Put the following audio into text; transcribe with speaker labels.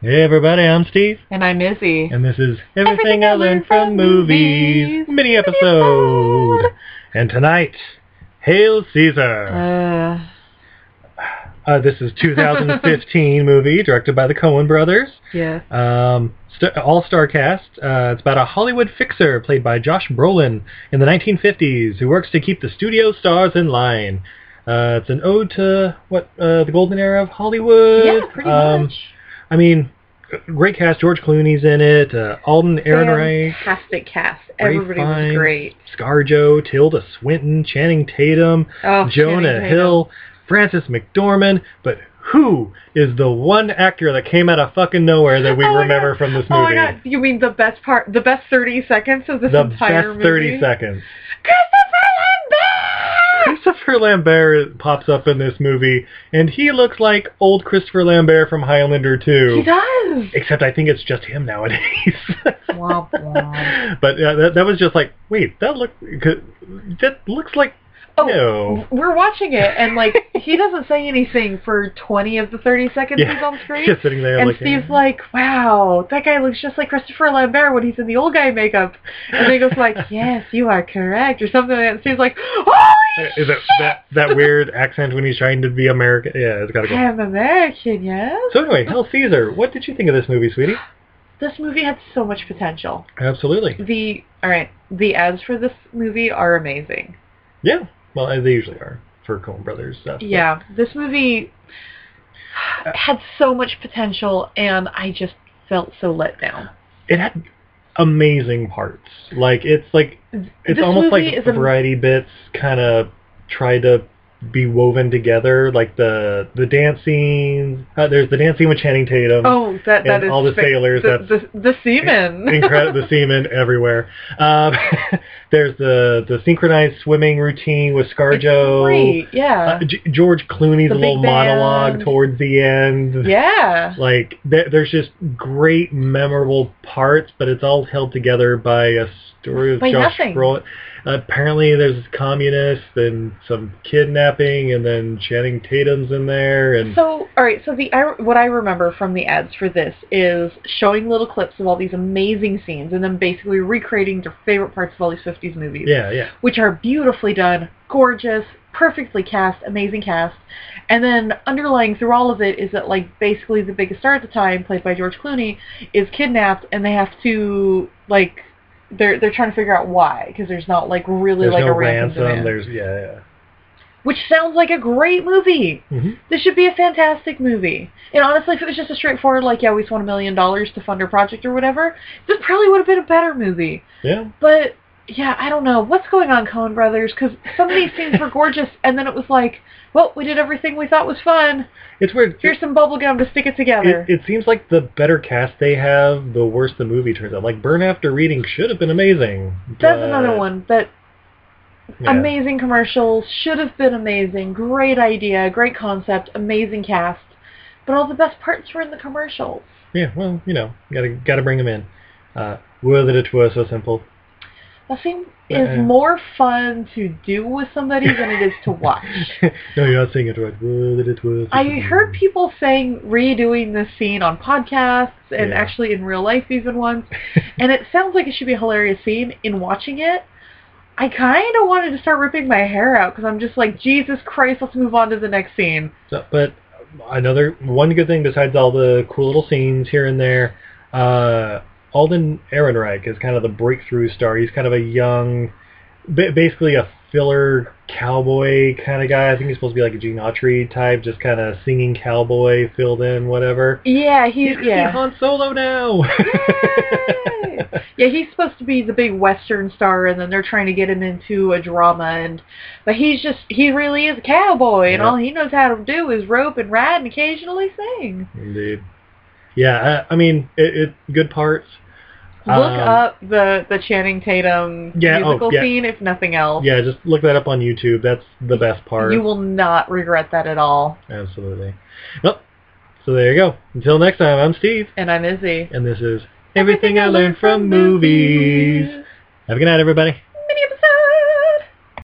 Speaker 1: Hey everybody, I'm Steve,
Speaker 2: And I'm Izzy.
Speaker 1: and this is Everything I Learned from Movies mini episode. And tonight, Hail Caesar.
Speaker 2: Uh,
Speaker 1: Uh, this is 2015 movie directed by the Coen Brothers.
Speaker 2: yes.
Speaker 1: Um, st- all-star cast. Uh, it's about a Hollywood fixer played by Josh Brolin in the 1950s who works to keep the studio stars in line. Uh, it's an ode to what uh, the golden era of Hollywood.
Speaker 2: Yeah, pretty
Speaker 1: Um,
Speaker 2: much.
Speaker 1: I mean, great cast. George Clooney's in it. Uh, Alden Ehrenreich,
Speaker 2: Fantastic cast.
Speaker 1: Ray
Speaker 2: Everybody
Speaker 1: Fiennes.
Speaker 2: was great.
Speaker 1: ScarJo, Tilda Swinton, Channing Tatum,
Speaker 2: Oh,
Speaker 1: Jonah
Speaker 2: Channing Tatum.
Speaker 1: Hill, Francis McDormand, but who is the one actor that came out of fucking nowhere that we
Speaker 2: Oh my
Speaker 1: remember
Speaker 2: God.
Speaker 1: from this movie?
Speaker 2: Oh my god, you mean the best part, the best 30 seconds of this
Speaker 1: the best
Speaker 2: entire movie?
Speaker 1: 30 seconds.
Speaker 2: Christopher Lambert!
Speaker 1: Christopher Lambert pops up in this movie, and he looks like old Christopher Lambert from Highlander 2.
Speaker 2: He does!
Speaker 1: Except I think it's just him nowadays.
Speaker 2: Womp womp.
Speaker 1: but uh, that, that was just like, wait, that look, that looks like
Speaker 2: Oh,
Speaker 1: no.
Speaker 2: We're watching it, and like, he doesn't say anything for 20 of the 30 seconds he's on screen.
Speaker 1: Just sitting there
Speaker 2: And
Speaker 1: like,
Speaker 2: Steve's like, wow, that guy looks just like Christopher Lambert when he's in the old guy makeup. And then he goes like, yes, you are correct, or something like that. And Steve's like, holy
Speaker 1: Is that, that that weird accent when he's trying to be American? Yeah, it's gotta
Speaker 2: shit,
Speaker 1: go.
Speaker 2: I'm American, yes?
Speaker 1: So anyway, Hell Caesar, what did you think of this movie, sweetie?
Speaker 2: This movie had so much potential.
Speaker 1: Absolutely.
Speaker 2: The, alright, the ads for this movie are amazing.
Speaker 1: Yeah. Well, as they usually are for Coen Brothers stuff. but-
Speaker 2: Yeah, this movie had so much potential, and I just felt so let down.
Speaker 1: it had amazing parts. Like it's like it's
Speaker 2: This
Speaker 1: almost
Speaker 2: movie
Speaker 1: like
Speaker 2: is
Speaker 1: the
Speaker 2: a-
Speaker 1: variety bits kind of try to be woven together. Like the the dance scenes. Uh, there's the dance scene with Channing Tatum.
Speaker 2: Oh, that, that
Speaker 1: Mm-hmm. And
Speaker 2: is
Speaker 1: all the
Speaker 2: fa-
Speaker 1: sailors,
Speaker 2: the,
Speaker 1: that's-
Speaker 2: the, the seamen.
Speaker 1: Incredible, the semen everywhere. Um, there's the the synchronized swimming routine with
Speaker 2: It's
Speaker 1: ScarJo.
Speaker 2: great, yeah.
Speaker 1: Uh, G- George Clooney's
Speaker 2: The big
Speaker 1: little monologue
Speaker 2: band.
Speaker 1: towards the end.
Speaker 2: yeah.
Speaker 1: like there, there's just great memorable parts, but it's all held together by a story of
Speaker 2: By
Speaker 1: Josh
Speaker 2: nothing.
Speaker 1: Brolin. Apparently, there's communists and some kidnapping, and then Channing Tatum's in there, and
Speaker 2: So, all right. So the I, what I remember from the ads for this is showing little clips of all these amazing scenes, and then basically recreating their favorite parts of all these '50s movies,
Speaker 1: yeah, yeah,
Speaker 2: which are beautifully done, gorgeous, perfectly cast, amazing cast. And then underlying through all of it is that like basically the biggest star at the time, played by George Clooney, is kidnapped, and they have to like they're they're trying to figure out why because there's not like really
Speaker 1: there's
Speaker 2: like
Speaker 1: no
Speaker 2: a ransom, demand.
Speaker 1: There's yeah,
Speaker 2: which sounds like a great movie.
Speaker 1: yeah. hmm
Speaker 2: This should be a fantastic movie. And honestly, if it was just a straightforward, like, yeah, we just want a million dollars to fund our project or whatever, this probably would have been a better movie.
Speaker 1: yeah.
Speaker 2: But, yeah, I don't know. What's going on, Coen Brothers? Because some of these scenes were gorgeous, and then it was like, well, we did everything we thought was fun.
Speaker 1: It's weird.
Speaker 2: Here's some bubble gum to stick it together.
Speaker 1: It, it seems like the better cast they have, the worse the movie turns out. Like Burn After Reading should have been amazing.
Speaker 2: That's
Speaker 1: but-
Speaker 2: another one that
Speaker 1: yeah.
Speaker 2: amazing commercials, should have been amazing, great idea, great concept, amazing cast. But all the best parts were in the commercials.
Speaker 1: Yeah, well, you know, gotta gotta bring them in. Uh, whether it were so simple.
Speaker 2: That thing
Speaker 1: Uh-uh.
Speaker 2: is more fun to do with somebody than it is to watch.
Speaker 1: no, you're not saying it right. Whether it were so
Speaker 2: I
Speaker 1: simple.
Speaker 2: heard people saying redoing this scene on podcasts and
Speaker 1: Yeah.
Speaker 2: actually in real life even once, and it sounds like it should be a hilarious scene. In watching it, I kind of wanted to start ripping my hair out because I'm just like, Jesus Christ, let's move on to the next scene.
Speaker 1: So, but another one good thing besides all the cool little scenes here and there, uh, Alden Ehrenreich is kind of the breakthrough star. He's kind of a young, ba- basically a filler cowboy kind of guy. I think he's supposed to be like a Gene Autry type, just kind of singing cowboy, filled in, whatever.
Speaker 2: Yeah, he
Speaker 1: He's
Speaker 2: yeah.
Speaker 1: Han Solo now.
Speaker 2: Yay! yeah, he's supposed to be the big western star, and then they're trying to get him into a drama. And but he's just he really is a cowboy, and
Speaker 1: Yeah.
Speaker 2: all he knows how to do is rope and ride, and occasionally sing.
Speaker 1: Indeed. Yeah, I, I mean, it, it good parts.
Speaker 2: Look
Speaker 1: Um,
Speaker 2: up the the Channing Tatum
Speaker 1: Yeah, oh,
Speaker 2: musical
Speaker 1: yeah.
Speaker 2: scene, if nothing else.
Speaker 1: Yeah, just look that up on YouTube. That's the best part.
Speaker 2: You will not regret that at all.
Speaker 1: Absolutely. Well, so there you go. Until next time, I'm Steve,
Speaker 2: And I'm Izzy.
Speaker 1: and this is Everything I Learned from Movies. Have a good night, everybody.